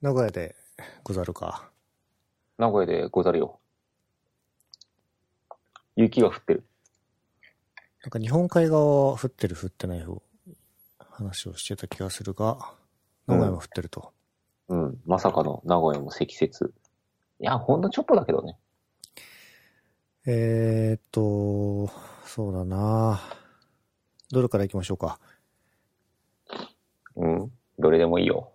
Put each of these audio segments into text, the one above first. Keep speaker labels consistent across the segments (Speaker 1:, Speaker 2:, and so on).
Speaker 1: 名古屋でござるか。
Speaker 2: 名古屋でござるよ。雪が降ってる。
Speaker 1: なんか日本海側は降ってる降ってない方、話をしてた気がするが、名古屋も降ってると。
Speaker 2: うん。まさかの名古屋も積雪。いや、ほんのちょっとだけどね。
Speaker 1: えーっと、そうだなどれから行きましょうか。
Speaker 2: うん。どれでもいい よ。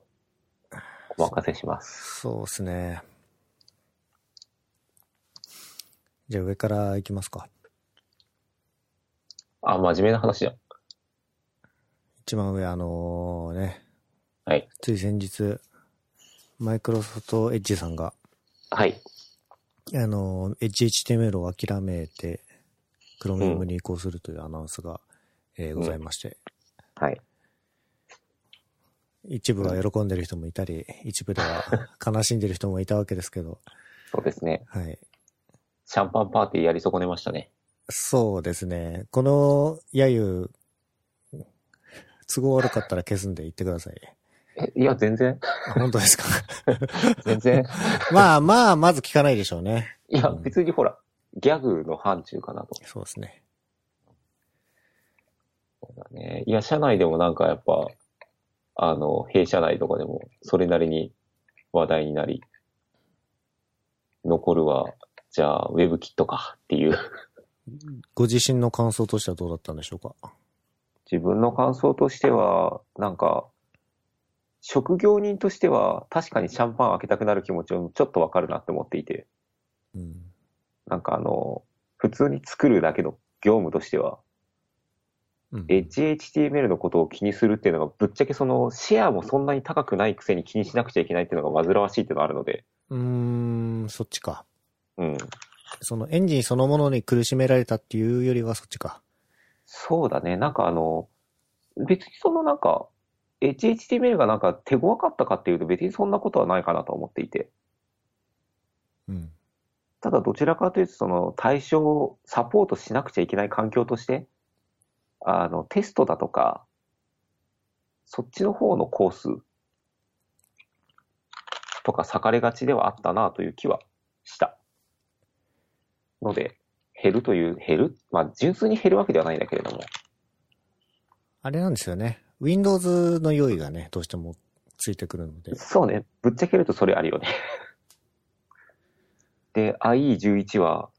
Speaker 2: お任せします。
Speaker 1: そうですね。じゃあ上から行きますか。
Speaker 2: あ、真面目な話じゃん。
Speaker 1: 一番上、あのね、
Speaker 2: はい。
Speaker 1: つい先日、マイクロソフトエッジさんが、
Speaker 2: はい。
Speaker 1: あの、HTML を諦めて、Chromium に移行するというアナウンスが、えーございまして、
Speaker 2: はい。
Speaker 1: 一部は喜んでる人もいたり、一部では悲しんでる人もいたわけですけど、
Speaker 2: そうですね。
Speaker 1: はい。
Speaker 2: シャンパンパーティーやり損ねましたね。
Speaker 1: そうですね。この、やゆ、都合悪かったら消すんで言ってください。
Speaker 2: え、いや、全然。
Speaker 1: あ本当ですか
Speaker 2: 全 然。
Speaker 1: まあまあ、まず聞かないでしょうね。
Speaker 2: いや
Speaker 1: う、ん
Speaker 2: 別にほら、ギャグの範疇かなと。
Speaker 1: そうですね。
Speaker 2: そうだね。いや、社内でもなんかやっぱ、あの、弊社内とかでも、それなりに話題になり、残るは、じゃあ、ウェブキットかっていう。
Speaker 1: ご自身の感想としてはどうだったんでしょうか
Speaker 2: 自分の感想としては、なんか、職業人としては、確かにシャンパン開けたくなる気持ちもちょっとわかるなって思っていて、
Speaker 1: うん。
Speaker 2: なんかあの、普通に作るだけの業務としては、
Speaker 1: うん。
Speaker 2: HHTML のことを気にするっていうのが、ぶっちゃけその、シェアもそんなに高くないくせに気にしなくちゃいけないっていうのが煩わしいっていうのがあるので、
Speaker 1: うーん、そっちか。
Speaker 2: うん。
Speaker 1: そのエンジンそのものに苦しめられたっていうよりはそっちか。
Speaker 2: そうだね。なんかあの、別にそのなんか、HTML がなんか手強かったかっていうと別にそんなことはないかなと思っていて。
Speaker 1: うん。
Speaker 2: ただどちらかというとその対象をサポートしなくちゃいけない環境として、あの、テストだとか、そっちの方のコースとか裂かれがちではあったなという気はした。ので、減るという、減るまあ、純粋に減るわけではないんだけれども。
Speaker 1: あれなんですよね。Windows の用意がね、どうしてもついてくるので。
Speaker 2: そうね。ぶっちゃけるとそれある よね。で、IE11 は、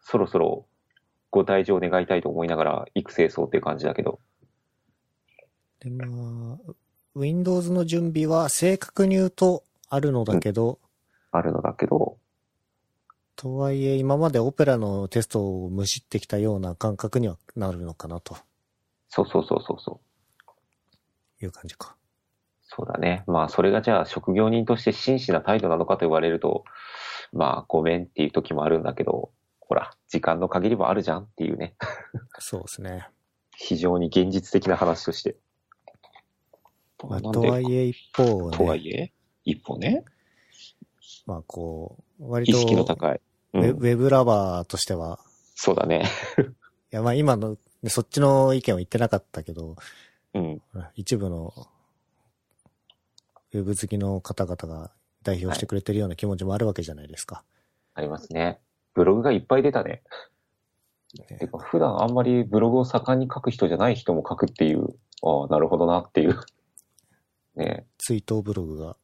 Speaker 2: そろそろご退場願いたいと思いながら育成層っていう感じだけど、
Speaker 1: で、まあ、Windows の準備は正確に言うとあるのだけど、
Speaker 2: あるのだけど、
Speaker 1: とはいえ今までオペラのテストをむしってきたような感覚にはなるのかなと
Speaker 2: そうそうそうそうそう。
Speaker 1: いう感じか。
Speaker 2: そうだね。まあ、それがじゃあ職業人として真摯な態度なのかと言われると、まあ、ごめんっていう時もあるんだけど、ほら、時間の限りもあるじゃんっていうね。
Speaker 1: そうですね。
Speaker 2: 非常に現実的な話として。
Speaker 1: まあ、
Speaker 2: なん
Speaker 1: と
Speaker 2: で
Speaker 1: はいえ一方
Speaker 2: とは
Speaker 1: ね、
Speaker 2: いえ、一歩ね、
Speaker 1: まあこう、割
Speaker 2: 意
Speaker 1: と
Speaker 2: 識の高い。
Speaker 1: ウ
Speaker 2: う
Speaker 1: ェ
Speaker 2: ん、
Speaker 1: ウェブラバーとしては、
Speaker 2: そうだ ね。
Speaker 1: いやまあ今の、ねそっちの意見を言ってなかったけど、
Speaker 2: うん。
Speaker 1: ほら一部のウェブ好きの方々が代表してくれてるような気持ちもあるわけじゃないですか。
Speaker 2: ありますね。ブログがいっぱい出たね。
Speaker 1: ね
Speaker 2: てか、普段あんまりブログを盛んに書く人じゃない人も書くっていう、ああ、なるほどなっていう。 ね
Speaker 1: 追悼ブログが。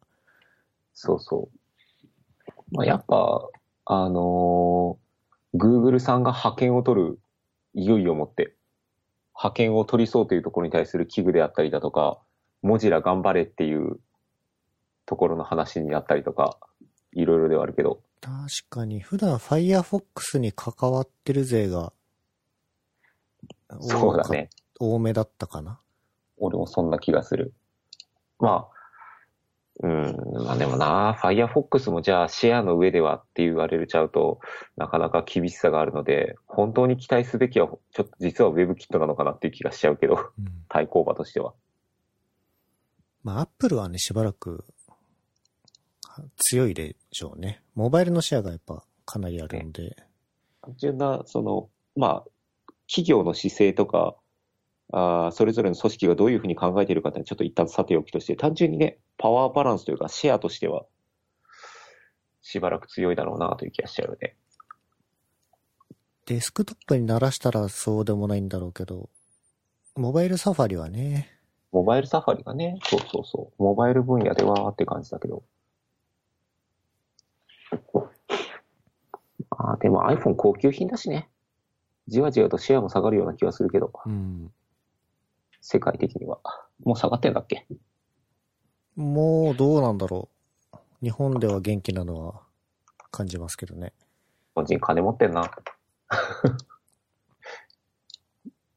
Speaker 2: そうそう。まあ、やっぱ、あのー Google さんが派遣を取る、いよいよを持って、派遣を取りそうというところに対する危惧であったりだとか、モジラ頑張れっていうところの話になったりとか、いろいろではあるけど、
Speaker 1: 確かに、普段 Firefox に関わってる勢が
Speaker 2: そうだね。
Speaker 1: 多めだったかな。
Speaker 2: 俺もそんな気がする。まあ、うん、まあでもな、Firefox もじゃあシェアの上ではって言われちゃうと、なかなか厳しさがあるので、本当に期待すべきは、ちょっと実は WebKit なのかなっていう気がしちゃうけ ど、
Speaker 1: うん
Speaker 2: 対抗馬としては。
Speaker 1: まあ Apple はね、しばらくは強いでしょうね。モバイルのシェアがやっぱかなりあるので。
Speaker 2: 単純な、その、まあ、企業の姿勢とか、あーそれぞれの組織がどういうふうに考えているかってちょっと一旦さておきとして、単純にね、パワーバランスというか、シェアとしては、しばらく強いだろうなという気がしちゃうよね。
Speaker 1: デスクトップにならしたらそうでもないんだろうけど、モバイルサファリはね、
Speaker 2: モバイルサファリがね、そうそうそう、モバイル分野ではって感じだけど。あーでも iPhone 高級品だしね。じわじわとシェアも下がるような気がするけど、
Speaker 1: うん。
Speaker 2: 世界的には。もう下がってんだっけ
Speaker 1: もうどうなんだろう。日本では元気なのは感じますけどね。
Speaker 2: 個人金持ってんな。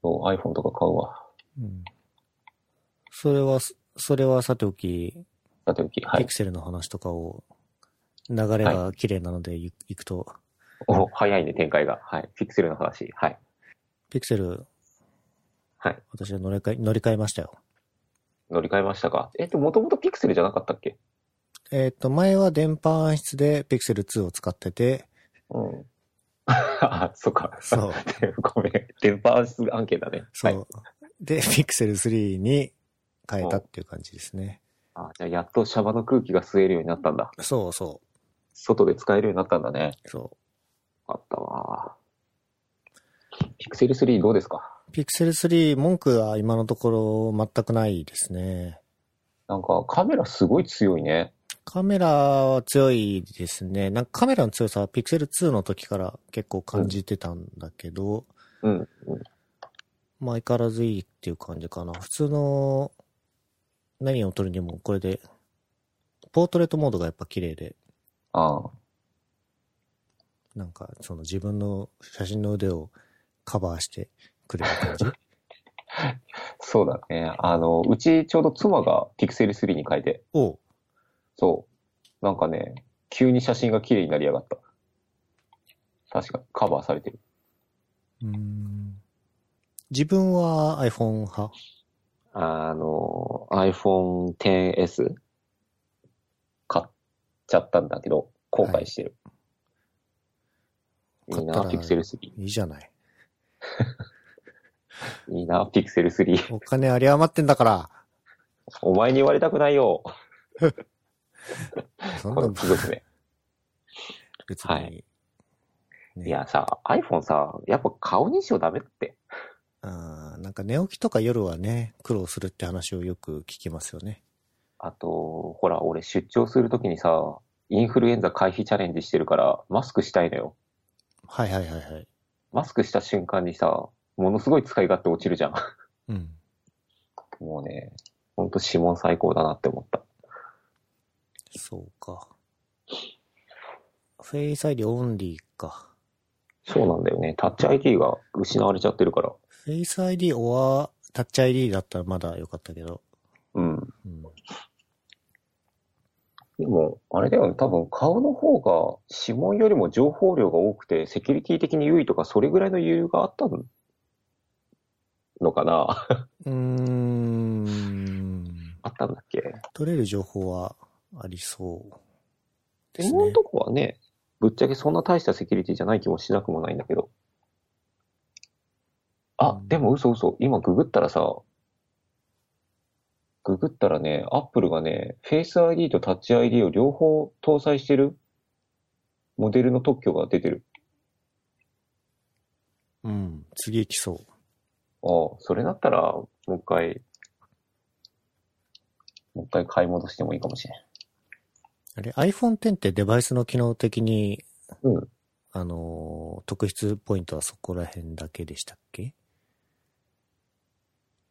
Speaker 2: もう iPhone とか買うわ。
Speaker 1: うん。それは、それはさておき、
Speaker 2: さておき、は
Speaker 1: ピ
Speaker 2: い
Speaker 1: ク。セルの話とかを、流れが綺麗なのでい行くと、
Speaker 2: お早いね、展開が。はい。ピクセルの話。はい。
Speaker 1: ピクセル、
Speaker 2: はい。
Speaker 1: 私は乗り換え、乗り換えましたよ。
Speaker 2: 乗り換えましたか。えっと、もともとピクセルじゃなかったっけ
Speaker 1: えっ、と、前は電波暗室でピクセル2を使ってて、
Speaker 2: うん。 あ、そっか。
Speaker 1: そう、
Speaker 2: ごめん。電波暗室案件だね。
Speaker 1: そう。
Speaker 2: はい。
Speaker 1: で、ピクセル3に変えたっていう感じですね。
Speaker 2: あ、じゃあやっとシャバの空気が吸えるようになったんだ。
Speaker 1: そうそ
Speaker 2: 外で使えるようになったんだね。
Speaker 1: う。そ
Speaker 2: あったわ。ピクセル3どうですか
Speaker 1: う。ピクセル3、文句は今のところ全くないですね。
Speaker 2: なんかカメラすごい強いね。
Speaker 1: カメラは強いですね。なんかカメラの強さはピクセル2の時から結構感じてたんだけど、
Speaker 2: うん。
Speaker 1: まあ相変わらずいいっていう感じかな。普通の何を撮るにもこれで、ポートレートモードがやっぱ綺麗で、
Speaker 2: ああ。
Speaker 1: なんかその自分の写真の腕をカバーしてくれる感じ。
Speaker 2: そうだね。あの、うちちょうど妻がピクセル3に変えて、
Speaker 1: おう
Speaker 2: そう。なんかね、急に写真が綺麗になりやがった。確か、カバーされてる。
Speaker 1: うーん自分は iPhone 派
Speaker 2: あの、iPhone XS 買っちゃったんだけど、後悔してる。
Speaker 1: はい
Speaker 2: い、
Speaker 1: 買
Speaker 2: い
Speaker 1: っ
Speaker 2: な、
Speaker 1: たら
Speaker 2: ピクセル3。
Speaker 1: いいじゃない。
Speaker 2: いいな、ピクセル3。
Speaker 1: お金あり余ってんだから、
Speaker 2: お前に言われたくないよ。
Speaker 1: そん
Speaker 2: こ
Speaker 1: な
Speaker 2: の貴族め。
Speaker 1: 別に。
Speaker 2: はい
Speaker 1: ね
Speaker 2: いやさ、iPhone さ、やっぱ顔認証ダメって。
Speaker 1: あーなんか寝起きとか夜はね、苦労するって話をよく聞きますよね。
Speaker 2: あと、ほら、俺出張するときにさ、インフルエンザ回避チャレンジしてるから、マスクしたいのよ。
Speaker 1: はいはいはいはい。
Speaker 2: マスクした瞬間にさ、ものすごい使い勝手落ちるじゃん。
Speaker 1: うん。
Speaker 2: もうね、ほんと指紋最高だなって思った。
Speaker 1: そうか。フェイス ID オンリーか。
Speaker 2: そうなんだよね。タッチ ID が失われちゃってるから。
Speaker 1: フェイス ID or タッチ ID だったらまだ良かったけど。
Speaker 2: うん。
Speaker 1: うん。
Speaker 2: でも、あれだよね。多分顔の方が指紋よりも情報量が多くて、セキュリティ的に優位とか、それぐらいの理由があったのかな
Speaker 1: うーん。
Speaker 2: あったんだっけ
Speaker 1: 取れる情報はありそうで
Speaker 2: 今
Speaker 1: す
Speaker 2: の
Speaker 1: ね。
Speaker 2: とこはね、ぶっちゃけそんな大したセキュリティじゃない気もしなくもないんだけど。あ、
Speaker 1: うん
Speaker 2: でも嘘嘘。今ググったらさ、ググったらね、アップルがね、Face ID と Touch ID を両方搭載してるモデルの特許が出てる。
Speaker 1: うん。次行きそう。
Speaker 2: ああ、それだったら、もう一回、もう一回買い戻してもいいかもしれん。
Speaker 1: あれ、iPhone X ってデバイスの機能的に、
Speaker 2: うん
Speaker 1: あのー、特筆ポイントはそこら辺だけでしたっけ、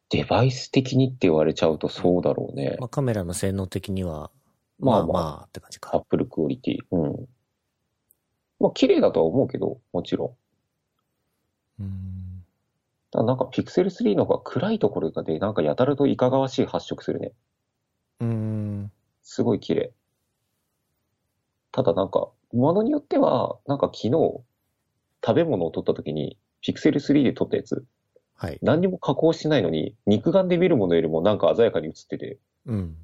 Speaker 2: デバイス的にって言われちゃうとそうだろうね
Speaker 1: ま。あ、カメラの性能的には、
Speaker 2: ま
Speaker 1: ま
Speaker 2: あ
Speaker 1: あ
Speaker 2: ま
Speaker 1: ま
Speaker 2: あ
Speaker 1: あって感じ
Speaker 2: アッ
Speaker 1: か。
Speaker 2: プルクオリティ。うん。まあ、綺麗だとは思うけど、もちろん。
Speaker 1: うん。
Speaker 2: ただなんかピクセル3の方が暗いところがで、なんかやたらといかがわしい発色するね。
Speaker 1: うーん。
Speaker 2: すごい綺麗。ただなんか、ものによっては、なんか昨日、食べ物を撮った時に、ピクセル3で撮ったやつ、
Speaker 1: はい。
Speaker 2: 何にも加工してないのに、肉眼で見るものよりもなんか鮮やかに映ってて、
Speaker 1: うん。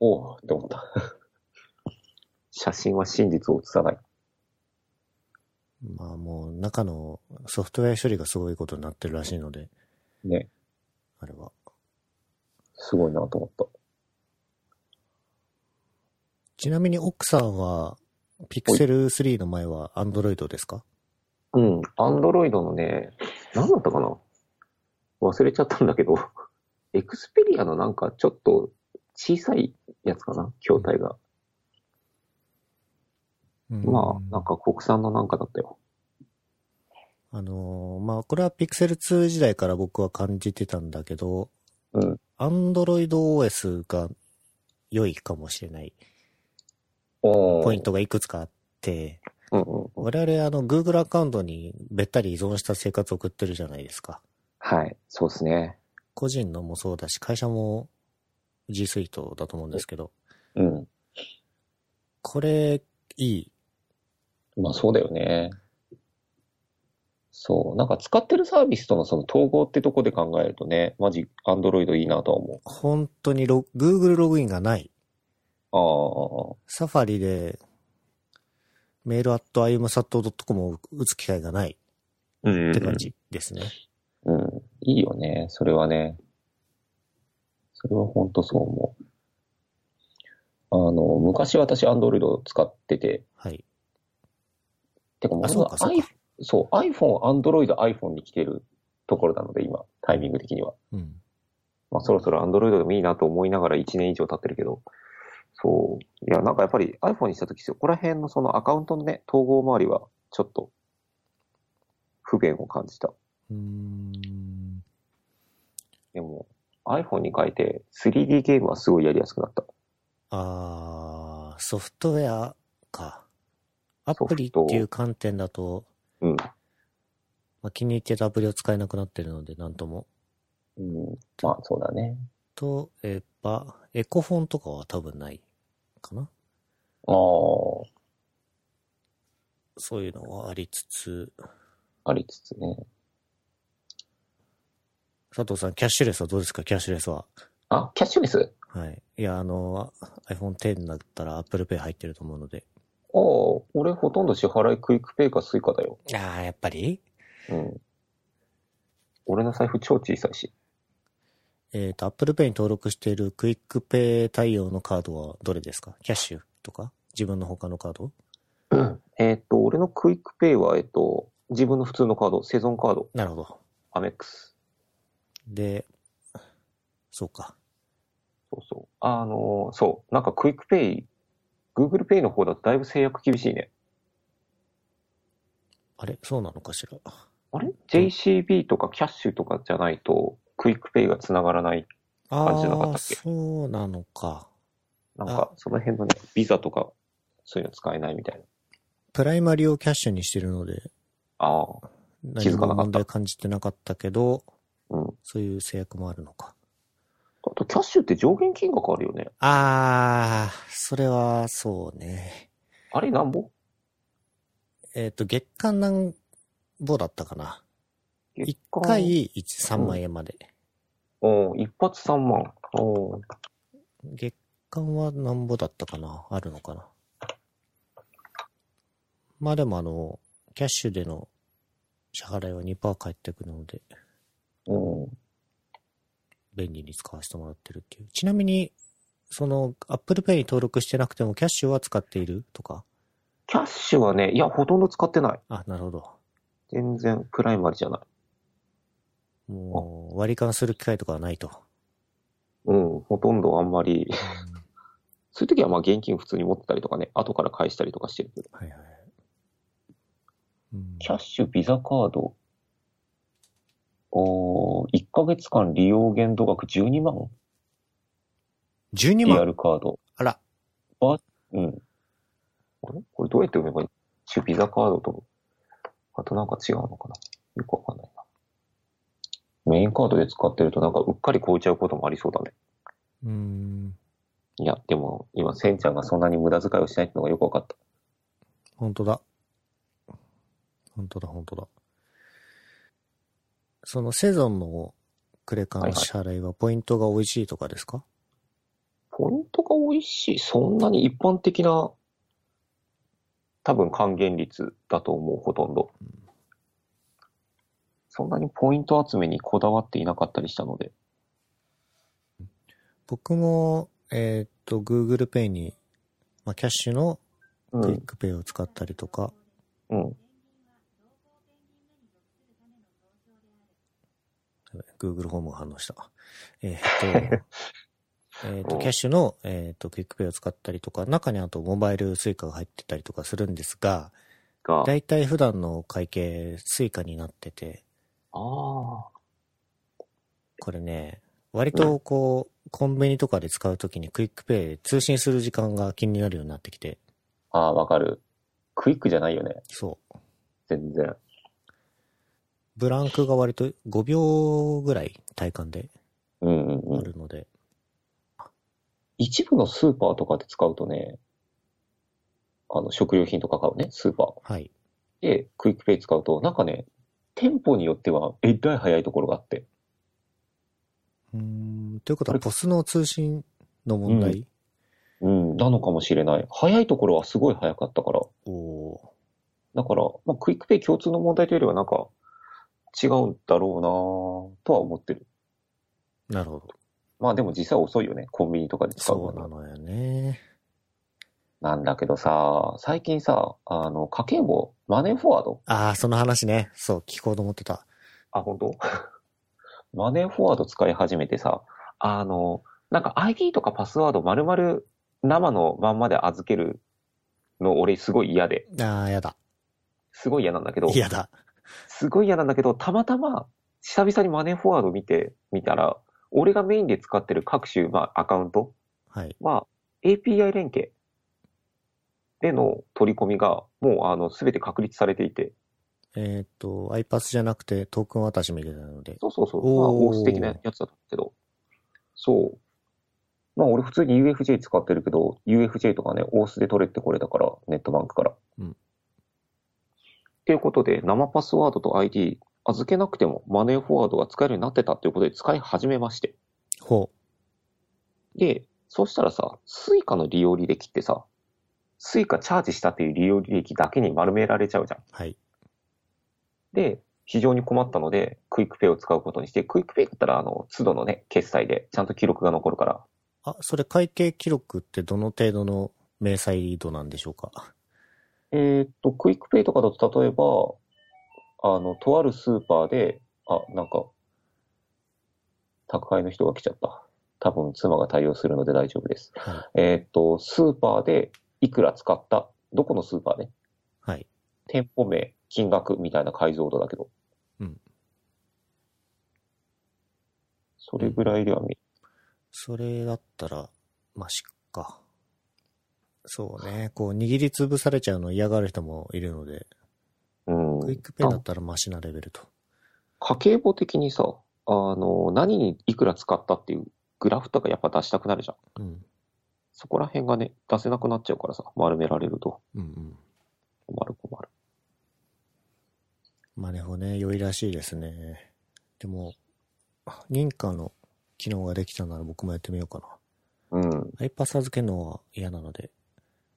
Speaker 2: おおって思った。 写真は真実を映さない。
Speaker 1: まあもう中のソフトウェア処理がすごいことになってるらしいので、
Speaker 2: ね。
Speaker 1: あれは。
Speaker 2: すごいなと思った。
Speaker 1: ちなみに奥さんは、ピクセル3の前は Android ですか
Speaker 2: うん、アンドロイドのね、何だったかな忘れちゃったんだけど、エクスペリアのなんかちょっと小さいやつかな筐体が。まあ、なんか国産のなんかだったよ。
Speaker 1: あのーまあ、これは Pixel 2時代から僕は感じてたんだけど、
Speaker 2: うん。
Speaker 1: Android OS が良いかもしれない
Speaker 2: お
Speaker 1: ポイン。トがいくつかあって、
Speaker 2: うんうんうん。
Speaker 1: 我々あの Google アカウントにべったり依存した生活を送ってるじゃないですか。
Speaker 2: はい、そうですね。
Speaker 1: 個人のもそうだし、会社も G Suite だと思うんですけど、
Speaker 2: うん。
Speaker 1: これ、いい。
Speaker 2: まあそうだよね。そう。なんか使ってるサービスとのその統合ってとこで考えるとね、マジ、アンドロイドいいなとは思
Speaker 1: 本当にロ Google ログインがない。
Speaker 2: う。
Speaker 1: サファリで、メールアット imusat.com を打つ機会がない
Speaker 2: ああ。うん
Speaker 1: って感じですね。
Speaker 2: うん。いいよね。それはね。それは本当そう思う。あの、昔私、アンドロイド使ってて、
Speaker 1: はい。
Speaker 2: てかも
Speaker 1: あ、そうか、そう
Speaker 2: i
Speaker 1: か。
Speaker 2: そう、iPhone、アンドロイド、iPhone に来てるところなので、今、タイミング的には。
Speaker 1: うん。
Speaker 2: まあ、そろそろ Android でもいいなと思いながら1年以上経ってるけど、そう。いや、なんかやっぱり iPhone にしたとき、そこら辺のそのアカウントのね、統合周りは、ちょっと、不便を感じた。
Speaker 1: うーん。
Speaker 2: でも、iPhone に変えて、3D ゲームはすごいやりやすくなった。
Speaker 1: あー、ソフトウェアか。アプリっていう観点だと、
Speaker 2: うん。
Speaker 1: まあ、気に入ってたアプリを使えなくなってるので、なんとも。
Speaker 2: うん。まあ、そうだね。
Speaker 1: と、えっぱ、エコフォンとかは多分ないかな。
Speaker 2: ああ、
Speaker 1: そういうのはありつつ、
Speaker 2: ありつつね。
Speaker 1: 佐藤さん、キャッシュレスはどうですかキャッシュレスは。
Speaker 2: あ、キャッシュレス
Speaker 1: はい。いや、あの、iPhone X だったら Apple Pay 入ってると思うので。
Speaker 2: ああ、俺ほとんど支払いクイックペイかスイカだよ。
Speaker 1: ああ、やっぱり
Speaker 2: うん。俺の財布超小さいし。
Speaker 1: えっ、と、Apple Pay に登録しているクイックペイ対応のカードはどれですかキャッシュとか自分の他のカード
Speaker 2: えーっと、俺のクイックペイは、えっと、自分の普通のカード、セゾンカード、
Speaker 1: なるほど。
Speaker 2: アメックス。
Speaker 1: で、そうか。
Speaker 2: そうそう。あのーそう。なんかクイックペイ、Google ペイの方だとだいぶ制約厳しいね。
Speaker 1: あれそうなのかしら
Speaker 2: あれ ?JCB とかキャッシュとかじゃないと、クイックペイが繋がらない。
Speaker 1: あ
Speaker 2: じなか
Speaker 1: あ
Speaker 2: った
Speaker 1: ー、
Speaker 2: っけ
Speaker 1: そうなのか。
Speaker 2: なんか、その辺のね、ビザとか、そういうの使えないみたいな。
Speaker 1: プライマリをキャッシュにしてるので、
Speaker 2: ああ、
Speaker 1: 何
Speaker 2: 気づかなか
Speaker 1: も
Speaker 2: った
Speaker 1: 問題感じてなかったけど、
Speaker 2: うん。
Speaker 1: そういう制約もあるのか。
Speaker 2: あと、キャッシュって上限金額あるよね。
Speaker 1: ああ、それは、そうね。
Speaker 2: あれなんぼ
Speaker 1: えっ、と、月間なんぼだったかな。
Speaker 2: 一
Speaker 1: 1回1 3万円まで。
Speaker 2: うん、一発3万。うん。
Speaker 1: 月間はなんぼだったかなあるのかなまあでもあの、キャッシュでの支払いは2%返ってくるので、
Speaker 2: うん。
Speaker 1: 便利に使わせてもらってるっていう。ちなみに、その、Apple Pay に登録してなくてもキャッシュは使っているとか
Speaker 2: キャッシュはね、いや、ほとんど使ってない。
Speaker 1: あ、なるほど。
Speaker 2: 全然、プライマリじゃない。
Speaker 1: もう、割り勘する機会とかはないと。
Speaker 2: うん、ほとんどあんまり。 そういう時はまあ現金普通に持ってたりとかね、後から返したりとかしてるけど。
Speaker 1: はいはい。うん
Speaker 2: キャッシュ、ビザカード。おー1ヶ月間利用限度額12万
Speaker 1: 12
Speaker 2: リア
Speaker 1: 万
Speaker 2: ルカード。
Speaker 1: あら、
Speaker 2: うん。あれこれどうやって読めばいいキャッシュ、ビザカードと、あとなんか違うのかなよくわかんないな。メインカードで使ってるとなんかうっかり超えちゃうこともありそうだね。
Speaker 1: うん、
Speaker 2: いや、でも今、センちゃんがそんなに無駄遣いをしないってのがよくわかった。
Speaker 1: 本当だ。本当だ、本当だ。そのセゾンのクレカの支払いはポイントが美味しいとかですか、
Speaker 2: ポイントが美味しい。そんなに一般的な、多分還元率だと思う、ほとんど。そんなにポイント集めにこだわっていなかったりしたので、
Speaker 1: 僕も、えーっと、Google Pay に、まあ、キャッシュの
Speaker 2: う
Speaker 1: クイッ
Speaker 2: ん。
Speaker 1: クペイを使ったりとか、
Speaker 2: うん。
Speaker 1: Google ホームが反応した。えー っと、えーっと、
Speaker 2: お
Speaker 1: キャッシュの、えーっと、クイックペイを使ったりとか、中にあとモバイルスイカが入ってたりとかするんですが、
Speaker 2: が、
Speaker 1: だいたい普段の会計、スイカになってて、
Speaker 2: あ
Speaker 1: これね、割とこう、コンビニとかで使うときにクイックペイ通信する時間が気になるようになってきて、
Speaker 2: あ。ああ、わかる。クイックじゃないよね。
Speaker 1: そう。
Speaker 2: 全然。
Speaker 1: ブランクが割と5秒ぐらい体感で
Speaker 2: うんうん
Speaker 1: あ
Speaker 2: うん。
Speaker 1: るので、
Speaker 2: 一部のスーパーとかで使うとね、あの、食料品とか買うね、スーパー。
Speaker 1: はい。
Speaker 2: で、クイックペイ使うと、なんかね、店舗によっては、えらい早いところがあって。
Speaker 1: うーん、ということ
Speaker 2: こ
Speaker 1: は
Speaker 2: れ
Speaker 1: ポスの通信の問題、
Speaker 2: うん、なのかもしれない。早いところはすごい早かったから。
Speaker 1: おー
Speaker 2: だから、まあ、クイックペイ共通の問題というよりは、なんか、違うんだろうなぁとは思ってる。
Speaker 1: なるほど。
Speaker 2: まあでも実際遅いよね。コンビニとかで使う
Speaker 1: そう
Speaker 2: も
Speaker 1: な
Speaker 2: の。
Speaker 1: のよね。
Speaker 2: なんだけどさ、最近さ、あの、家計簿、マネーフォワード
Speaker 1: ああ、その話ね。そう、聞こうと思ってた。
Speaker 2: あ、本当 マネーフォワード使い始めてさ、あの、なんか ID とかパスワード丸々生のまんまで預けるの俺すごい嫌で、
Speaker 1: ああ、やだ。
Speaker 2: すごい嫌なんだけど、
Speaker 1: やだ。
Speaker 2: すごい嫌なんだけど、たまたま久々にマネーフォワード見てみたら、俺がメインで使ってる各種、まあ、アカウント
Speaker 1: はい。
Speaker 2: は API 連携での取り込みがもうあの全て確立されていて、
Speaker 1: えーっと、iPass じゃなくてトークン渡しみたいなので。
Speaker 2: そうそうそう。
Speaker 1: おー
Speaker 2: まあ、オース的なやつだったけど。そう。まあ、俺普通に UFJ 使ってるけど、UFJ とかね、オースで取れってこれだから、ネットバンクから。
Speaker 1: うん
Speaker 2: っていうことで、生パスワードと ID 預けなくてもマネーフォワードが使えるようになってたっていうことで使い始めまして。
Speaker 1: ほ
Speaker 2: で、そうしたらさ、スイカの利用履歴ってさ、スイカチャージしたっていう利用履歴だけに丸められちゃうじゃん。
Speaker 1: う。はい。
Speaker 2: で、非常に困ったので、クイックペイを使うことにして、クイックペイだったら、あの、都度のね、決済で、ちゃんと記録が残るから、
Speaker 1: あ、それ会計記録ってどの程度の明細度なんでしょうか
Speaker 2: えーっと、クイックペイとかだと、例えば、あの、とあるスーパーで、あ、なんか、宅配の人が来ちゃった。多分、妻が対応するので大丈夫です。
Speaker 1: は
Speaker 2: えーっと、スーパーで、いくら使った、どこのスーパーね、
Speaker 1: はい。
Speaker 2: 店舗名、金額みたいな解像度だけど。
Speaker 1: うん。
Speaker 2: それぐらいでは見
Speaker 1: それだったら、マシか。そうね。こう、握りつぶされちゃうの嫌がる人もいるので、
Speaker 2: うん。
Speaker 1: クイックペイだったらマシなレベルと。
Speaker 2: 家計簿的にさ、あの、何にいくら使ったっていうグラフとかやっぱ出したくなるじゃん。
Speaker 1: うん。
Speaker 2: そこら辺がね、出せなくなっちゃうからさ、丸められると
Speaker 1: うんうん。
Speaker 2: 困る困る。
Speaker 1: マネホね、良いらしいですね。でも、認可の機能ができたなら僕もやってみようか
Speaker 2: うん、うん、
Speaker 1: な。iPass 預けるのは嫌なので。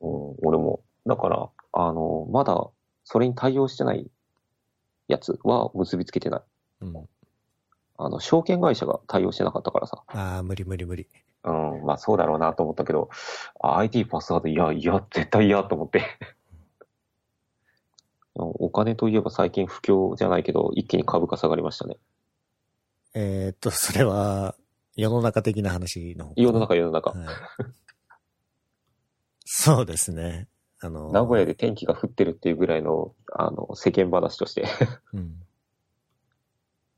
Speaker 2: 俺も。だから、あの、まだそれに対応してないやつは結びつけてない。
Speaker 1: うん。
Speaker 2: あの、証券会社が対応してなかったからさ。
Speaker 1: ああ、無理無理無理。
Speaker 2: うん、まあそうだろうなと思ったけど、あ IT パスワード、いや、いや、絶対嫌と思って。お金といえば最近不況じゃないけど、一気に株価下がりましたね。
Speaker 1: えーっと、それは、世の中的な話の方かな
Speaker 2: 世の中、世の中。
Speaker 1: はい。そうですね。あの、
Speaker 2: 名古屋で天気が降ってるっていうぐらいの、あの、世間話として。
Speaker 1: うん。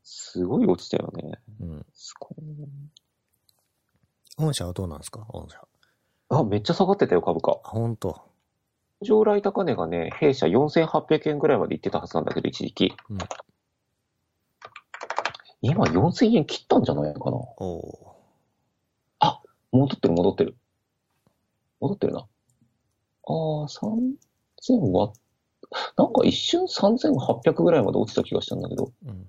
Speaker 2: すごい落ちたよね。
Speaker 1: うん。
Speaker 2: すごい。
Speaker 1: 本社はどうなんですか本社。
Speaker 2: あ、めっちゃ下がってたよ、株価。
Speaker 1: あ、ほんと。
Speaker 2: 上来高値がね、弊社4800円ぐらいまで行ってたはずなんだけど、一時期。
Speaker 1: うん
Speaker 2: 今4000円切ったんじゃないかな。
Speaker 1: おお
Speaker 2: 戻ってる、戻ってる。戻ってるな。ああ、3000は、なんか一瞬3800ぐらいまで落ちた気がしたんだけど、
Speaker 1: ー。うん。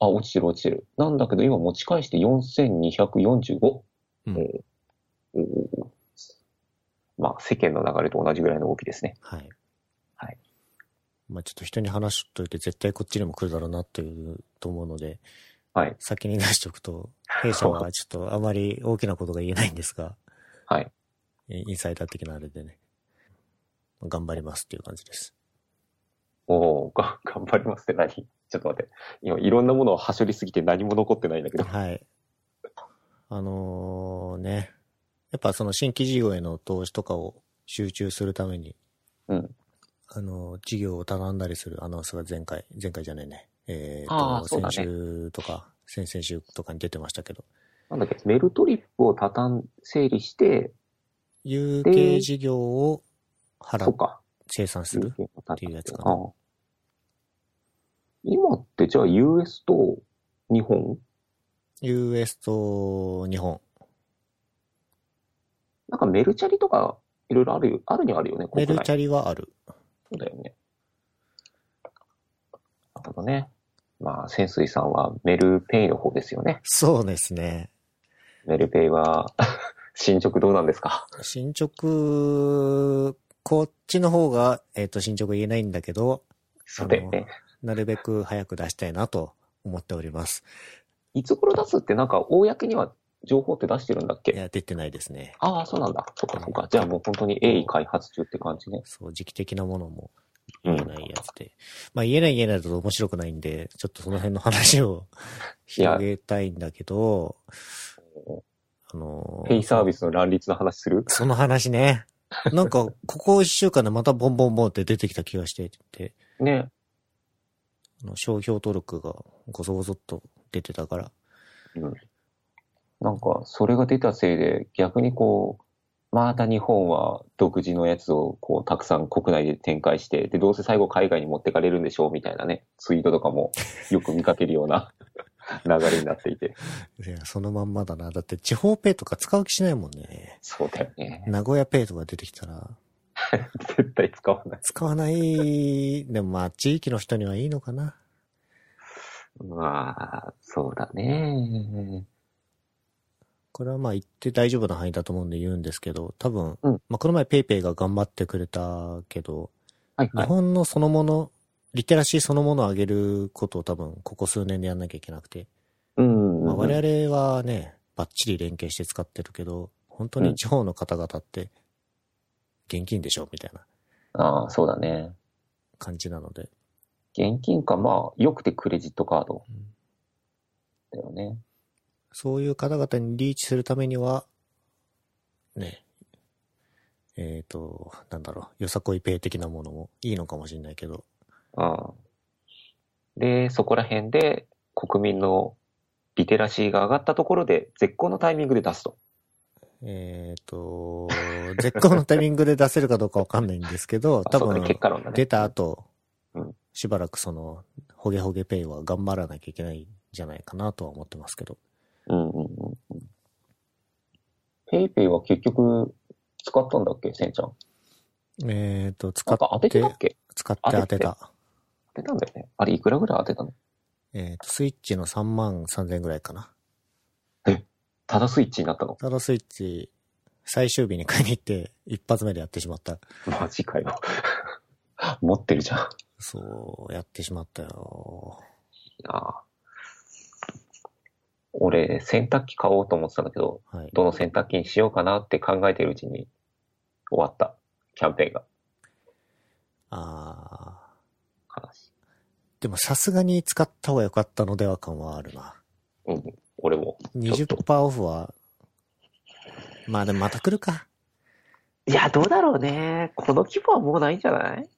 Speaker 2: あ、落ちてる、落ちてる。なんだけど、今持ち返して4245。
Speaker 1: うん
Speaker 2: おーおーおーまあ、世間の流れと同じぐらいの動きですね。
Speaker 1: はい。
Speaker 2: はい。
Speaker 1: まあちょっと人に話しといて絶対こっちにも来るだろうなっていうと思うので、
Speaker 2: はい。
Speaker 1: 先に出しておくと、弊社はちょっとあまり大きなことが言えないんですが、
Speaker 2: はい。
Speaker 1: インインサイダー的なあれでね、頑張りますっていう感じです。
Speaker 2: おお が頑張りますって何ちょっと待って。今、いろんなものをはしょりすぎて何も残ってないんだけ ど。
Speaker 1: はい。あのーね、やっぱその新規事業への投資とかを集中するために、
Speaker 2: うん。
Speaker 1: あの、事業を頼んだりするアナウンスが前回、前回じゃねえね。えー
Speaker 2: あー
Speaker 1: と、
Speaker 2: そうだね
Speaker 1: 先週とか、先々週とかに出てましたけど、
Speaker 2: なんだっけ、メルトリップをたたん、整理して、
Speaker 1: 有形事業を払
Speaker 2: そうっ、か。
Speaker 1: 生産する。
Speaker 2: って
Speaker 1: いうやつかな
Speaker 2: な。うん今ってじゃあ US と日本
Speaker 1: US と日本。
Speaker 2: なんかメルチャリとかいろいろあるよ、あるにはあるよね、
Speaker 1: メ
Speaker 2: 国内
Speaker 1: ルチャリはある。
Speaker 2: そうだよね。なるほどね。まあ、潜水さんはメルペイの方ですよね。
Speaker 1: そうですね。
Speaker 2: メルペイは 進捗どうなんですか
Speaker 1: 進捗、こっちの方が、えっ、と、進捗言えないんだけど、
Speaker 2: そうだよね。
Speaker 1: なるべく早く出したいなと思っております。
Speaker 2: いつ頃出すってなんか公には情報って出してるんだっ
Speaker 1: い
Speaker 2: け
Speaker 1: や、出てないですね。
Speaker 2: ああ、そうなんだ。そっかそっか。じゃあもう本当に鋭意開発中って感じね。
Speaker 1: そう、時期的なものも
Speaker 2: う
Speaker 1: 言えないやつで。まあ言えない言えないだと面白くないんで、ちょっとその辺の話を
Speaker 2: いや
Speaker 1: 広げたいんだけど、あのー
Speaker 2: ペイサービスの乱立の話する
Speaker 1: その話ね。なんか、ここ一週間でまたボンボンボンって出てきた気がしていて、
Speaker 2: ね。
Speaker 1: あの商標登録がごそごそっと出てたから、
Speaker 2: なんか、それが出たせいで、逆にこう、また日本は独自のやつをこうたくさん国内で展開して、で、どうせ最後海外に持ってかれるんでしょうみたいなね、ツイートとかもよく見かけるような 流れになっていて。
Speaker 1: いや、そのまんまだな。だって地方ペイとか使う気しないもんね。
Speaker 2: そうだよね。
Speaker 1: 名古屋ペイとか出てきたら、
Speaker 2: 絶対使わない。
Speaker 1: 使わない、でもまあ地域の人にはいいのかな。
Speaker 2: まあ、そうだね。
Speaker 1: これはまあ言って大丈夫な範囲だと思うんで言うんですけど、多分、
Speaker 2: うん
Speaker 1: まあこの前ペイペイが頑張ってくれたけど、
Speaker 2: はいは
Speaker 1: 日
Speaker 2: い。
Speaker 1: 本のそのもの、リテラシーそのものを上げることを多分ここ数年でやんなきゃいけなくて、
Speaker 2: うん、
Speaker 1: まあ我々はね、バッチリ連携して使ってるけど、本当に地方の方々って現金でしょみたいな
Speaker 2: ああ、そうだね。
Speaker 1: 感じなので、
Speaker 2: 現金か、まあ、よくてクレジットカード
Speaker 1: うん
Speaker 2: だよね。
Speaker 1: そういう方々にリーチするためには、ね、えっ、と、なんだろう、よさこいペイ的なものもいいのかもしれないけど、
Speaker 2: うんで、そこら辺で国民のリテラシーが上がったところで絶好のタイミングで出すと。
Speaker 1: えっ、 と、絶好のタイミングで出せるかどうかわかんないんですけど、
Speaker 2: あ
Speaker 1: 多
Speaker 2: そうだね
Speaker 1: 分、
Speaker 2: 結果論だね
Speaker 1: 出。た後
Speaker 2: うん、
Speaker 1: しばらくその、ホゲホゲペイは頑張らなきゃいけないんじゃないかなとは思ってますけど。
Speaker 2: うんうんうんうん。ペイペイは結局使ったんだっけせんちゃん。
Speaker 1: えっ、と、使
Speaker 2: なん
Speaker 1: っ
Speaker 2: か当てて
Speaker 1: て
Speaker 2: た、っけ
Speaker 1: 使って当てた。
Speaker 2: 当てたんだよね。あれいくらぐらい当てたの
Speaker 1: えっ、と、スイッチの3万3000ぐらいかな。
Speaker 2: ただスイッチになったの。
Speaker 1: ただスイッチ、最終日に買いに行って、一発目でやってしまった。
Speaker 2: マジかよ。 持ってるじゃん。
Speaker 1: そう、やってしまったよ。
Speaker 2: ああ俺、洗濯機買おうと思ってたんだけど、
Speaker 1: はい。
Speaker 2: どの洗濯機にしようかなって考えてるうちに終わった。キャンペーンが。
Speaker 1: あー。
Speaker 2: 悲しい。
Speaker 1: でもさすがに使った方が良かったのでは感はあるな。
Speaker 2: うん、俺も。
Speaker 1: 20%オフは、まあでもまた来るか。
Speaker 2: いや、どうだろうね。この規模はもうないんじゃない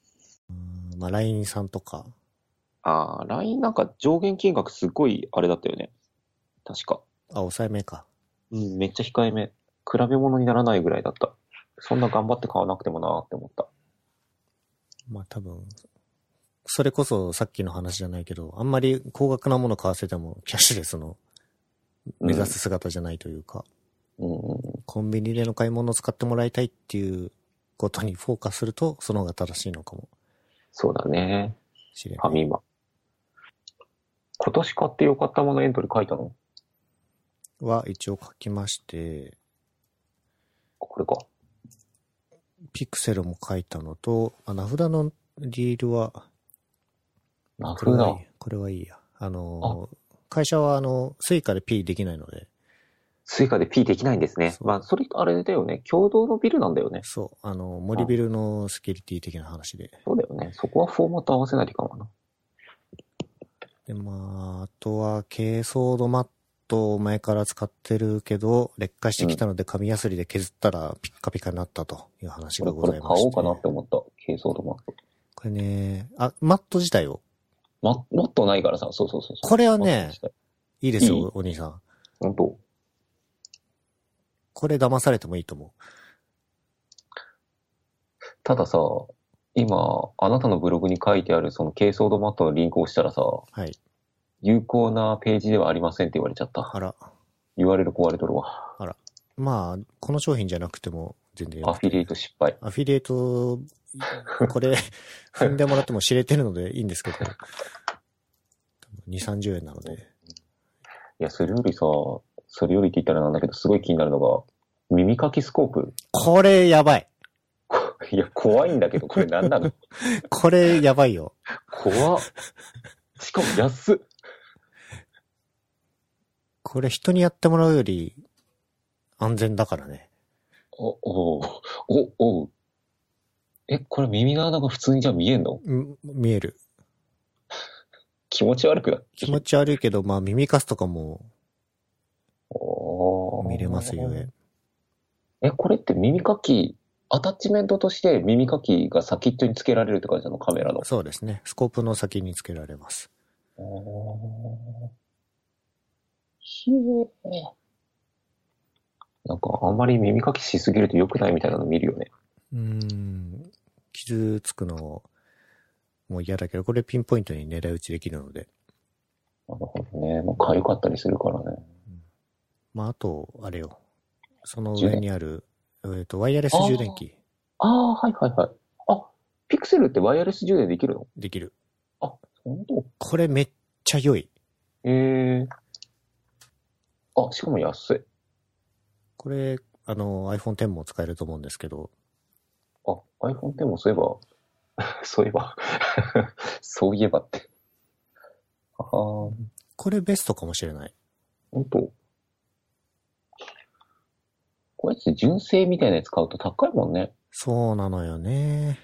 Speaker 1: うんまあ LINE さんとか。
Speaker 2: ああ、LINE なんか上限金額すごいあれだったよね。確か。
Speaker 1: あ、抑えめか。
Speaker 2: うん、めっちゃ控えめ。比べ物にならないぐらいだった。そんな頑張って買わなくてもなーって思った。
Speaker 1: まあ多分、それこそさっきの話じゃないけど、あんまり高額なもの買わせてもキャッシュレスの目指す姿じゃないというか、
Speaker 2: うん。うん、
Speaker 1: コンビニでの買い物を使ってもらいたいっていうことにフォーカスすると、その方が正しいのかも
Speaker 2: そうだね。
Speaker 1: しれ
Speaker 2: ファ
Speaker 1: ない。
Speaker 2: ミマ。今年買ってよかったものエントリー書いたの
Speaker 1: は一応書きまして、
Speaker 2: これか。
Speaker 1: ピクセルも書いたのと、あ名札のリールは、
Speaker 2: 名
Speaker 1: これはい
Speaker 2: 札
Speaker 1: い。これはいいや。あのー会社はあの、スイカで P できないので、
Speaker 2: スイカで P できないんですね。
Speaker 1: そう
Speaker 2: まあ、それ、あれだよね。共同のビルなんだよね。
Speaker 1: そう、あの、森ビルのセキュリティ的な話で。
Speaker 2: そうだよね。そこはフォーマット合わせないといかんわな。
Speaker 1: で、まあ、あとは、軽装度マットを前から使ってるけど、劣化してきたので紙やすりで削ったらピッカピカになったという話がご
Speaker 2: 俺、こ
Speaker 1: ざ
Speaker 2: れ
Speaker 1: い
Speaker 2: 買
Speaker 1: まし
Speaker 2: お
Speaker 1: て
Speaker 2: うかなって思った。軽装とマット。
Speaker 1: これね、あ、マット自体を。
Speaker 2: ママットないからさ、そうそうそうそう。
Speaker 1: これはね
Speaker 2: マット自体、
Speaker 1: いいです
Speaker 2: いい
Speaker 1: よ、お兄さん。
Speaker 2: 本当
Speaker 1: これ騙されてもいいと思
Speaker 2: たださ、今、あなたのブログに書いてあるその軽装度マットのリンクを押したらさ、
Speaker 1: う。はい。
Speaker 2: 有効なページではありませんって言われちゃった。
Speaker 1: あら。
Speaker 2: URL 壊れとるわ。
Speaker 1: まあ、この商品じゃなくても全然
Speaker 2: アフィリエイト失敗。
Speaker 1: アフィリエイト、こ れ、踏んでもらっても知れてるのでいいんですけど、2、30円なので。
Speaker 2: いや、それよりさ、それよりって言ったらなんだけど、すごい気になるのが、耳かきスコープ。
Speaker 1: これやばい。
Speaker 2: こいや、怖いんだけど、これ何なの
Speaker 1: これやばいよ。
Speaker 2: 怖っ。しかも安っ。
Speaker 1: これ人にやってもらうより安全だからね。
Speaker 2: お、おう、お、おう。え、これ耳の穴が普通にじゃあ見えんの
Speaker 1: ん見える。
Speaker 2: 気持ち悪くなって
Speaker 1: 気持ち悪いけど、まあ耳かすとかも
Speaker 2: おー
Speaker 1: 見れますよね。
Speaker 2: え、これって耳かき、アタッチメントとして耳かきが先っちょにつけられるって感じなのカメラの。
Speaker 1: そうですね。スコープの先につけられます。
Speaker 2: おーひえ。なんかあんまり耳かきしすぎると良くないみたいなの見るよね。
Speaker 1: うーん。傷つくのも嫌だけど、これピンポイントに狙い撃ちできるので。
Speaker 2: なるほどね。まあ、痒かったりするからね。
Speaker 1: まあ、あと、あれよ。その上にある、えっ、と、ワイヤレス充電器
Speaker 2: ああ、はいはいはい。あ、ピクセルってワイヤレス充電できるの
Speaker 1: できる。
Speaker 2: 本当
Speaker 1: これめっちゃ良い。
Speaker 2: ええあ、しかも安い。
Speaker 1: これ、あの、iPhone X も使えると思うんですけど、
Speaker 2: あ、iPhone X もそういえば、 そういえば、 そういえばって。ああ、ほ
Speaker 1: これベストかもしれない。
Speaker 2: んと。こうやって純正みたいなやつ買うと高いもんね。
Speaker 1: そうなのよね。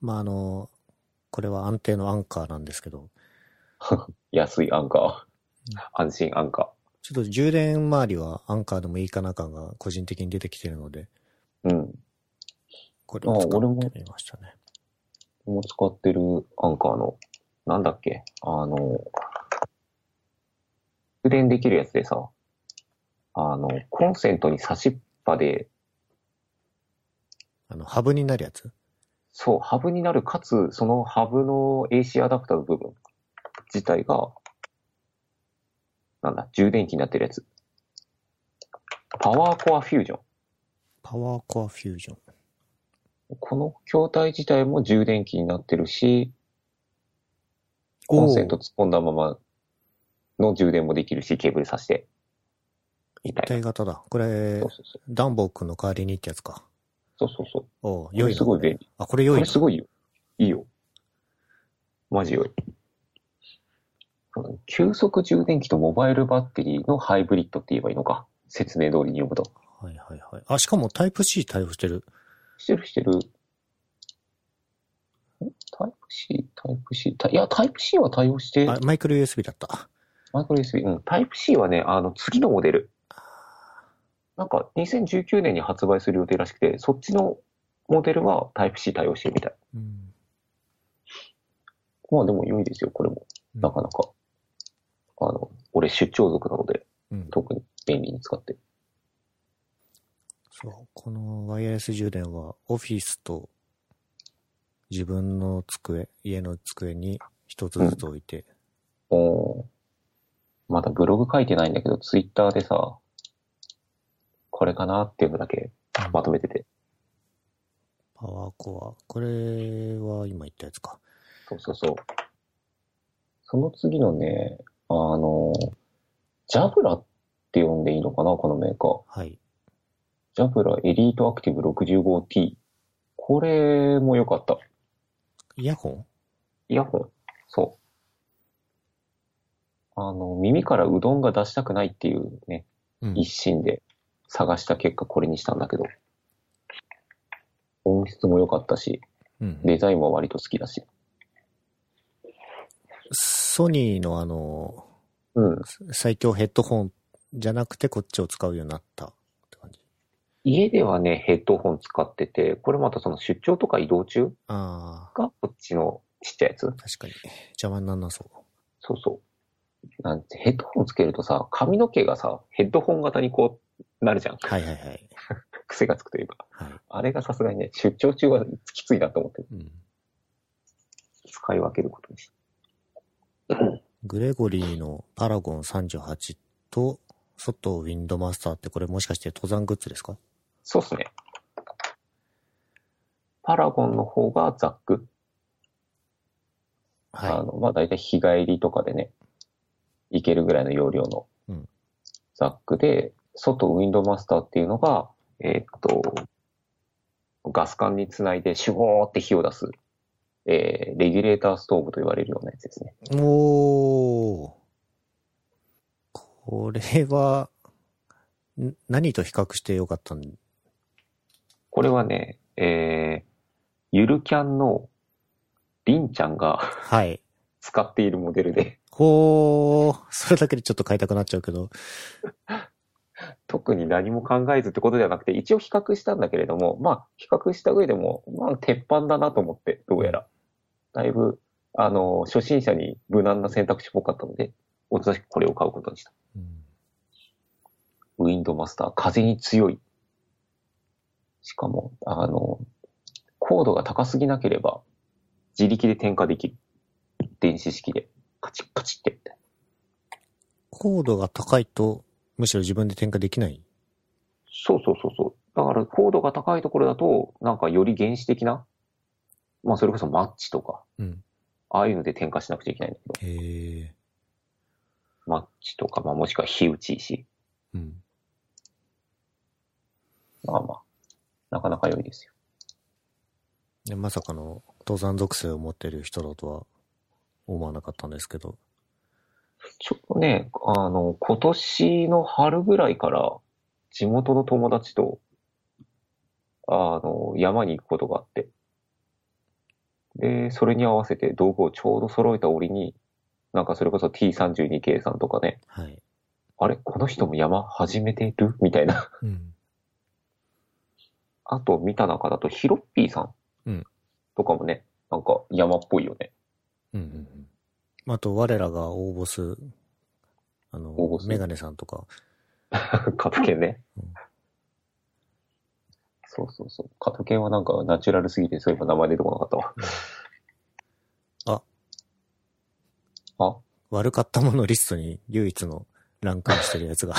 Speaker 1: まあ、あの、これは安定のアンカーなんですけど、
Speaker 2: 安いアンカー。安心アンカ
Speaker 1: ちょっと充電周りはアンカーでもいいかな感が個人的に出てきてるので、
Speaker 2: ー。うん。
Speaker 1: これを使ってみましたね。
Speaker 2: 僕も使ってるアンカーの、なんだっけ、あの、充電できるやつでさ、あの、コンセントに差しっぱで、
Speaker 1: あの、ハブになるやつ
Speaker 2: そう、ハブになる、かつ、そのハブの AC アダプターの部分自体が、なんだ、充電器になってるやつ。パワーコアフュージョン。
Speaker 1: パワーコアフュージョン。
Speaker 2: この筐体自体も充電器になってるし、コ
Speaker 1: お
Speaker 2: ン
Speaker 1: お
Speaker 2: セント突っ込んだままの充電もできるし、ケーブル挿して。みたいな。
Speaker 1: 体型だ。これ
Speaker 2: そう、そうそう。
Speaker 1: ダンボー君の代わりにってやつか。
Speaker 2: そうそうそう。
Speaker 1: おう
Speaker 2: こ
Speaker 1: 良い
Speaker 2: れ
Speaker 1: な。
Speaker 2: すごい便利。
Speaker 1: あ、これ
Speaker 2: こ
Speaker 1: 良い
Speaker 2: れ
Speaker 1: な。
Speaker 2: すごいよ。いいよ。マジ良い。そうだね急速充電器とモバイルバッテリーのハイブリッドって言えばいいのか。説明通りに読むと。
Speaker 1: はいはいはい。あ、しかもタイプ C 対応してる。
Speaker 2: してるしてる。んタイプ C、タイプ C。タイいや、タイプ C は対応して、
Speaker 1: あ、マイクロ USB だった。
Speaker 2: マイクロ USB。うん、タイプ C はね、あの、次のモデル。なんか、2019年に発売する予定らしくて、そっちのモデルはタイプ C 対応してるみたい。
Speaker 1: うん。
Speaker 2: まあでも良いですよ、これも。なかなか。あの、俺出張族なので、
Speaker 1: うん。
Speaker 2: 特に便利に使って。
Speaker 1: そう。このワイヤレス充電は、オフィスと自分の机、家の机に一つずつ置いて、
Speaker 2: おーまだブログ書いてないんだけど、ツイッターでさ、これかなっていうのだけまとめてて。
Speaker 1: パワーコア。これは今言ったやつか。
Speaker 2: そうそうそう。その次のね、あの、ジャブラって呼んでいいのかな、このメーカー。
Speaker 1: はい。
Speaker 2: ジャブラエリートアクティブ 65T。これも良かった。
Speaker 1: イヤホン
Speaker 2: イヤホン。そう。あの、耳からうどんが出したくないっていうね、
Speaker 1: うん。
Speaker 2: 一心で探した結果これにしたんだけど、音質も良かったし、
Speaker 1: うん
Speaker 2: デザインも割と好きだし。
Speaker 1: ソニーのあの、
Speaker 2: うん。
Speaker 1: 最強ヘッドホンじゃなくてこっちを使うようになったって感じ。
Speaker 2: 家ではね、ヘッドホン使ってて、これまたその出張とか移動中
Speaker 1: ああ、
Speaker 2: がこっちのちっちゃいやつ。
Speaker 1: 確かに。邪魔になんなそ
Speaker 2: そうそう。なんて、ヘッドホンつけるとさ、髪の毛がさ、ヘッドホン型にこう、なるじゃん。
Speaker 1: う。はいはいはい。
Speaker 2: 癖がつくというか。
Speaker 1: はい。
Speaker 2: あれがさすがにね、出張中はきついなと思って、
Speaker 1: うん。
Speaker 2: 使い分けることにし
Speaker 1: グレゴリーのパラゴン38と、ソトウィンドマスターってこれもしかして登山グッズですか
Speaker 2: そうっすね。パラゴンの方がザック。あ
Speaker 1: は
Speaker 2: の、まあ、大体日帰りとかでね、行けるぐらいの容量の
Speaker 1: うん
Speaker 2: ザックで、外ウィンドマスターっていうのが、えーっと、ガス管につないでシュゴーって火を出す、えーレギュレーターストーブと言われるようなやつですね。
Speaker 1: い。おー。これは、ん何と比較してよかったん
Speaker 2: これはね、えー、ゆるキャンのりんちゃんが
Speaker 1: はい。
Speaker 2: 使っているモデルで、
Speaker 1: ほー。それだけでちょっと買いたくなっちゃうけど。
Speaker 2: 特に何も考えずってことではなくて、一応比較したんだけれども、まあ、比較した上でも、まあ、鉄板だなと思って、どうやら。だいぶ、あの、初心者に無難な選択肢っぽかったので、おとなしくこれを買うことにした。
Speaker 1: うん
Speaker 2: ウィンドマスター、風に強い。しかも、あの、高度が高すぎなければ、自力で点火できる。電子式で、カチッカチッって。
Speaker 1: 高度が高いと、むしろ自分で点火できない。
Speaker 2: そうそうそうそう。だから高度が高いところだと、なんかより原始的な、まあそれこそマッチとか、
Speaker 1: うん。
Speaker 2: ああいうので点火しなくちゃいけないんだけど、
Speaker 1: へー。
Speaker 2: マッチとか、まあもしくは火打ち石。
Speaker 1: うん。
Speaker 2: まあまあ、なかなか良いですよ。
Speaker 1: でまさかの登山属性を持ってる人だとは思わなかったんですけど。
Speaker 2: ちょっとね、あの、今年の春ぐらいから、地元の友達と、あの、山に行くことがあって、で、それに合わせて道具をちょうど揃えた折に、なんかそれこそ T32 系さんとかね、
Speaker 1: はい。
Speaker 2: あれこの人も山始めてるみたいな。
Speaker 1: うん。
Speaker 2: あと見た中だとヒロッピーさん。
Speaker 1: うん
Speaker 2: とかもね、なんか山っぽいよね。
Speaker 1: うんうんうん。あと、我らが大ボス、あの
Speaker 2: 大ボ、ス
Speaker 1: メガネさんとか、
Speaker 2: カトケンね
Speaker 1: うん。
Speaker 2: そうそうそう。カトケンはなんかナチュラルすぎて、そういえば名前出てこなかったわ。あ。あ
Speaker 1: 悪かったものリストに唯一のランクインしてるや つが、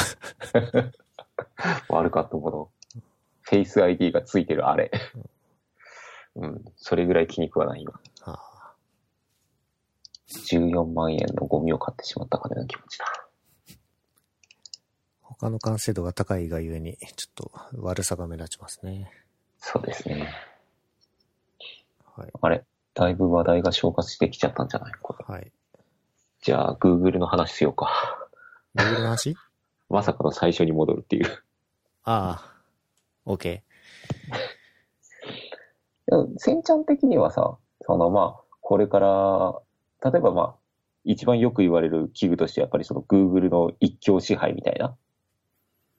Speaker 2: 悪かったもの。フェイス ID がついてるあれ。うん。それぐらい気に食わない今。
Speaker 1: ああ
Speaker 2: 14万円のゴミを買ってしまったかのような気持ちだ。
Speaker 1: 他の完成度が高いがゆえに、ちょっと悪さが目立ちますね。
Speaker 2: そうですね。
Speaker 1: はい。
Speaker 2: あれ、だいぶ話題が消化してきちゃったんじゃないこれ。
Speaker 1: はい。
Speaker 2: じゃあ、Google の話しようか。
Speaker 1: レベルの話
Speaker 2: まさかの最初に戻るっていう。
Speaker 1: ああ、OK。
Speaker 2: でも、せんちゃん的にはさ、そのまあ、これから、例えばまあ、一番よく言われる器具として、やっぱりその Google の一強支配みたいな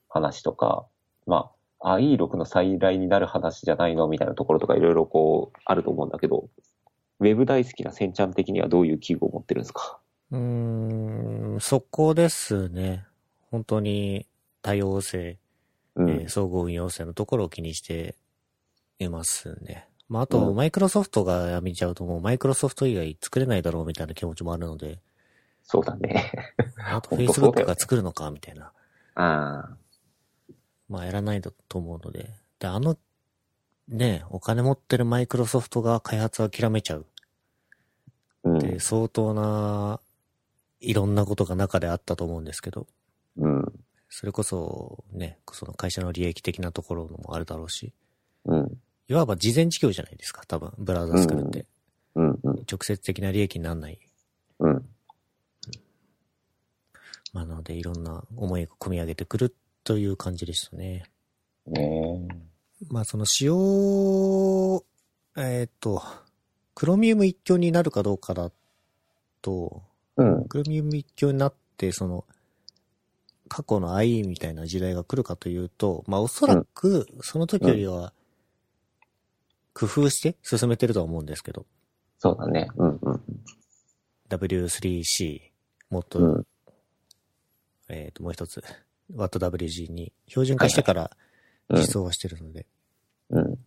Speaker 2: 話とか、まあ、IE6 の再来になる話じゃないのみたいなところとかいろいろこう、あると思うんだけど、ウェブ大好きなせんちゃん的にはどういう器具を持ってるんですか
Speaker 1: うーん、そこですね。本当に多様性、
Speaker 2: うん。
Speaker 1: えー総合運用性のところを気にしていますね。まあ、あと、
Speaker 2: うん
Speaker 1: マイクロソフトがやめちゃうともう、マイクロソフト以外作れないだろうみたいな気持ちもあるので、
Speaker 2: そうだ ね。
Speaker 1: あと、
Speaker 2: 本当そ
Speaker 1: Facebook
Speaker 2: うだよね
Speaker 1: が作るのか、みたいな。
Speaker 2: ああ。
Speaker 1: まあ、やらないと思うので。で、あの、ね、お金持ってるマイクロソフトが開発を諦めちゃう
Speaker 2: う
Speaker 1: って、
Speaker 2: ん。
Speaker 1: 相当な、いろんなことが中であったと思うんですけど、
Speaker 2: うん。
Speaker 1: それこそ、ね、その会社の利益的なところもあるだろうし、
Speaker 2: うん。
Speaker 1: いわば事前事業じゃないですか、多分、ブラウザ作るって。
Speaker 2: うん。うん。
Speaker 1: 直接的な利益にならない。
Speaker 2: うん。
Speaker 1: まあ、なので、いろんな思いを組み上げてくるという感じでしたね。
Speaker 2: ねえ。
Speaker 1: まあ、その使用、えーっと、クロミウム一強になるかどうかだと、
Speaker 2: うん。
Speaker 1: クロミウム一強になって、その、過去の IE みたいな時代が来るかというと、まあおそらく、その時よりは、工夫して進めてるとは思うんですけど、
Speaker 2: そうだね。うんうん。
Speaker 1: W3C、もっと、
Speaker 2: うん。
Speaker 1: えっ、と、もう一つ、WattWG に標準化してから
Speaker 2: うん
Speaker 1: 実装はしてるので、
Speaker 2: うん。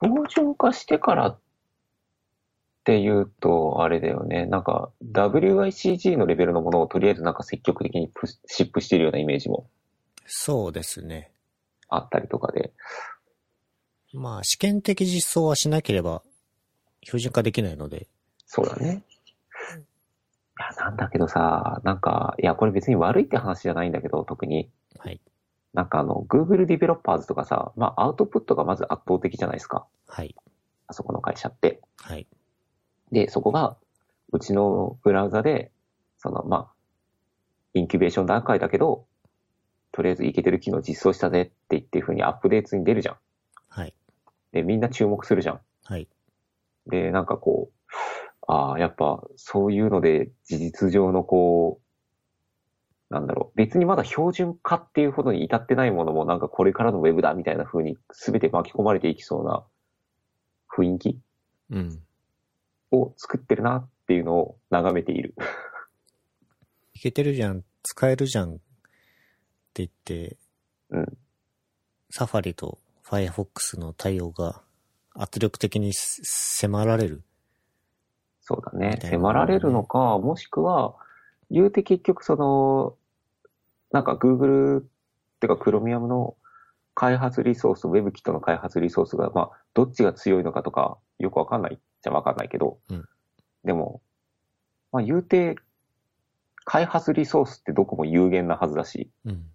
Speaker 2: 標準化してからっていうと、あれだよね。なんか、WICG のレベルのものをとりあえずなんか積極的にプッシップしてるようなイメージも
Speaker 1: そうですね。
Speaker 2: あったりとかで。
Speaker 1: まあ試験的実装はしなければ標準化できないので、
Speaker 2: そうだね。いや、なんだけどさ、なんか、いや、これ別に悪いって話じゃないんだけど、特に。
Speaker 1: はい。
Speaker 2: なんかあの、Google Developers とかさ、まあ、アウトプットがまず圧倒的じゃないですか。
Speaker 1: はい。
Speaker 2: あそこの会社って。
Speaker 1: はい。
Speaker 2: で、そこが、うちのブラウザで、その、まあ、インキュベーション段階だけど、とりあえずいけてる機能実装したぜって言っていう風にアップデートに出るじゃん。
Speaker 1: はい。
Speaker 2: で、みんな注目するじゃん。
Speaker 1: はい。
Speaker 2: で、なんかこう、ああ、やっぱそういうので事実上のこう、なんだろう、別にまだ標準化っていうほどに至ってないものもなんかこれからのウェブだみたいな風に全て巻き込まれていきそうな雰囲気
Speaker 1: うん。
Speaker 2: を作ってるなっていうのを眺めている。
Speaker 1: いけてるじゃん、使えるじゃんって言って、
Speaker 2: うん
Speaker 1: サファリと Firefox の対応が圧力的にせ迫られる。
Speaker 2: そうだね
Speaker 1: み。たいな
Speaker 2: 迫られるのか、もしくは、言うて結局その、なんか Google ってか Chromium の開発リソース、WebKit の開発リソースが、まあ、どっちが強いのかとか、よくわかんないじゃわかんないけど、
Speaker 1: うん
Speaker 2: でも、まあ、言うて、開発リソースってどこも有限なはずだし、
Speaker 1: うん。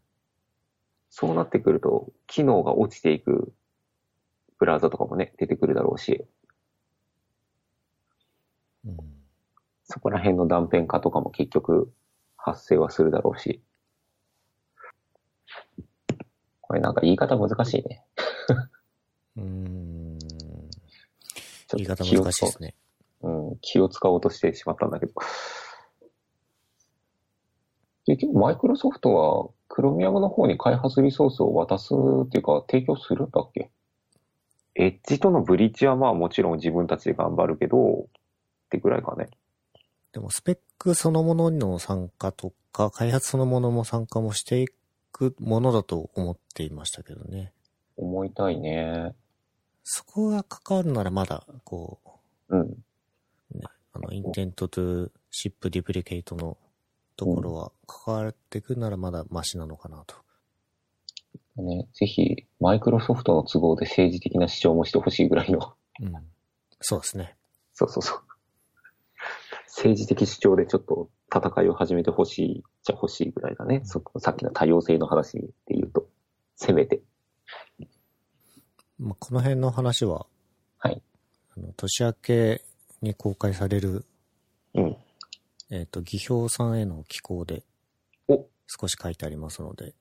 Speaker 2: そうなってくると、機能が落ちていくブラウザとかもね、出てくるだろうし、
Speaker 1: うん、
Speaker 2: そこら辺の断片化とかも結局発生はするだろうし。これなんか言い方難しいね。
Speaker 1: うーん。
Speaker 2: ち
Speaker 1: 言い
Speaker 2: ょ
Speaker 1: 方
Speaker 2: っと
Speaker 1: 難しいですね。
Speaker 2: 気を,、うん、気を使おうとしてしまったんだけど。結局、マイクロソフトは、クロミアムの方に開発リソースを渡すっていうか、提供するんだっけエッジとのブリッジはまあもちろん自分たちで頑張るけど、ってぐらいかね。
Speaker 1: でも、スペックそのものの参加とか、開発そのものも参加もしていくものだと思っていましたけどね。
Speaker 2: 思いたいね。
Speaker 1: そこが関わるならまだ、こう、
Speaker 2: うん。
Speaker 1: あの、インテントトゥシップデュプリケートのところは関わってくならまだマシなのかなと。
Speaker 2: ね、ぜひ、マイクロソフトの都合で政治的な主張もしてほしいぐらいの。
Speaker 1: うん。そうですね。
Speaker 2: そうそうそう。政治的主張でちょっと戦いを始めてほしいじゃほしいぐらいだね。そさっきの多様性の話で言うと、せめて。
Speaker 1: まあ、この辺の話は、
Speaker 2: はい。
Speaker 1: あの、年明けに公開される、
Speaker 2: うん。
Speaker 1: えっ、と、技評さんへの寄稿で
Speaker 2: お、
Speaker 1: 少し書いてありますので、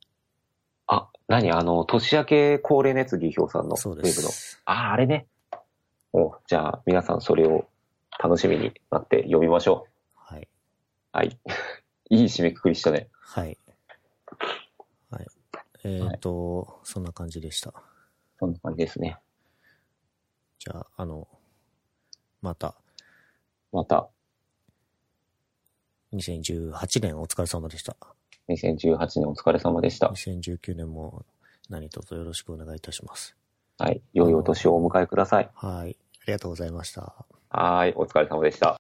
Speaker 2: あ、何あの、年明け恒例のやつ、義表さんのウ
Speaker 1: そう
Speaker 2: ェ
Speaker 1: で
Speaker 2: ブの。
Speaker 1: す。
Speaker 2: あ、あれね。お、じゃあ、皆さんそれを楽しみになって読みましょう。
Speaker 1: はい。
Speaker 2: はい。 いい締めくくりしたね。
Speaker 1: はい。はい。えっ、と、そんな感じでした。
Speaker 2: そんな感じですね。
Speaker 1: じゃあ、あの、また、
Speaker 2: また、
Speaker 1: 2018年お疲れ様でした。
Speaker 2: 2018年お疲れ様でした。
Speaker 1: 2019年も何卒よろしくお願いいたします。
Speaker 2: はい。良いお年をお迎えください。
Speaker 1: はい。ありがとうございました。
Speaker 2: はーい。お疲れ様でした。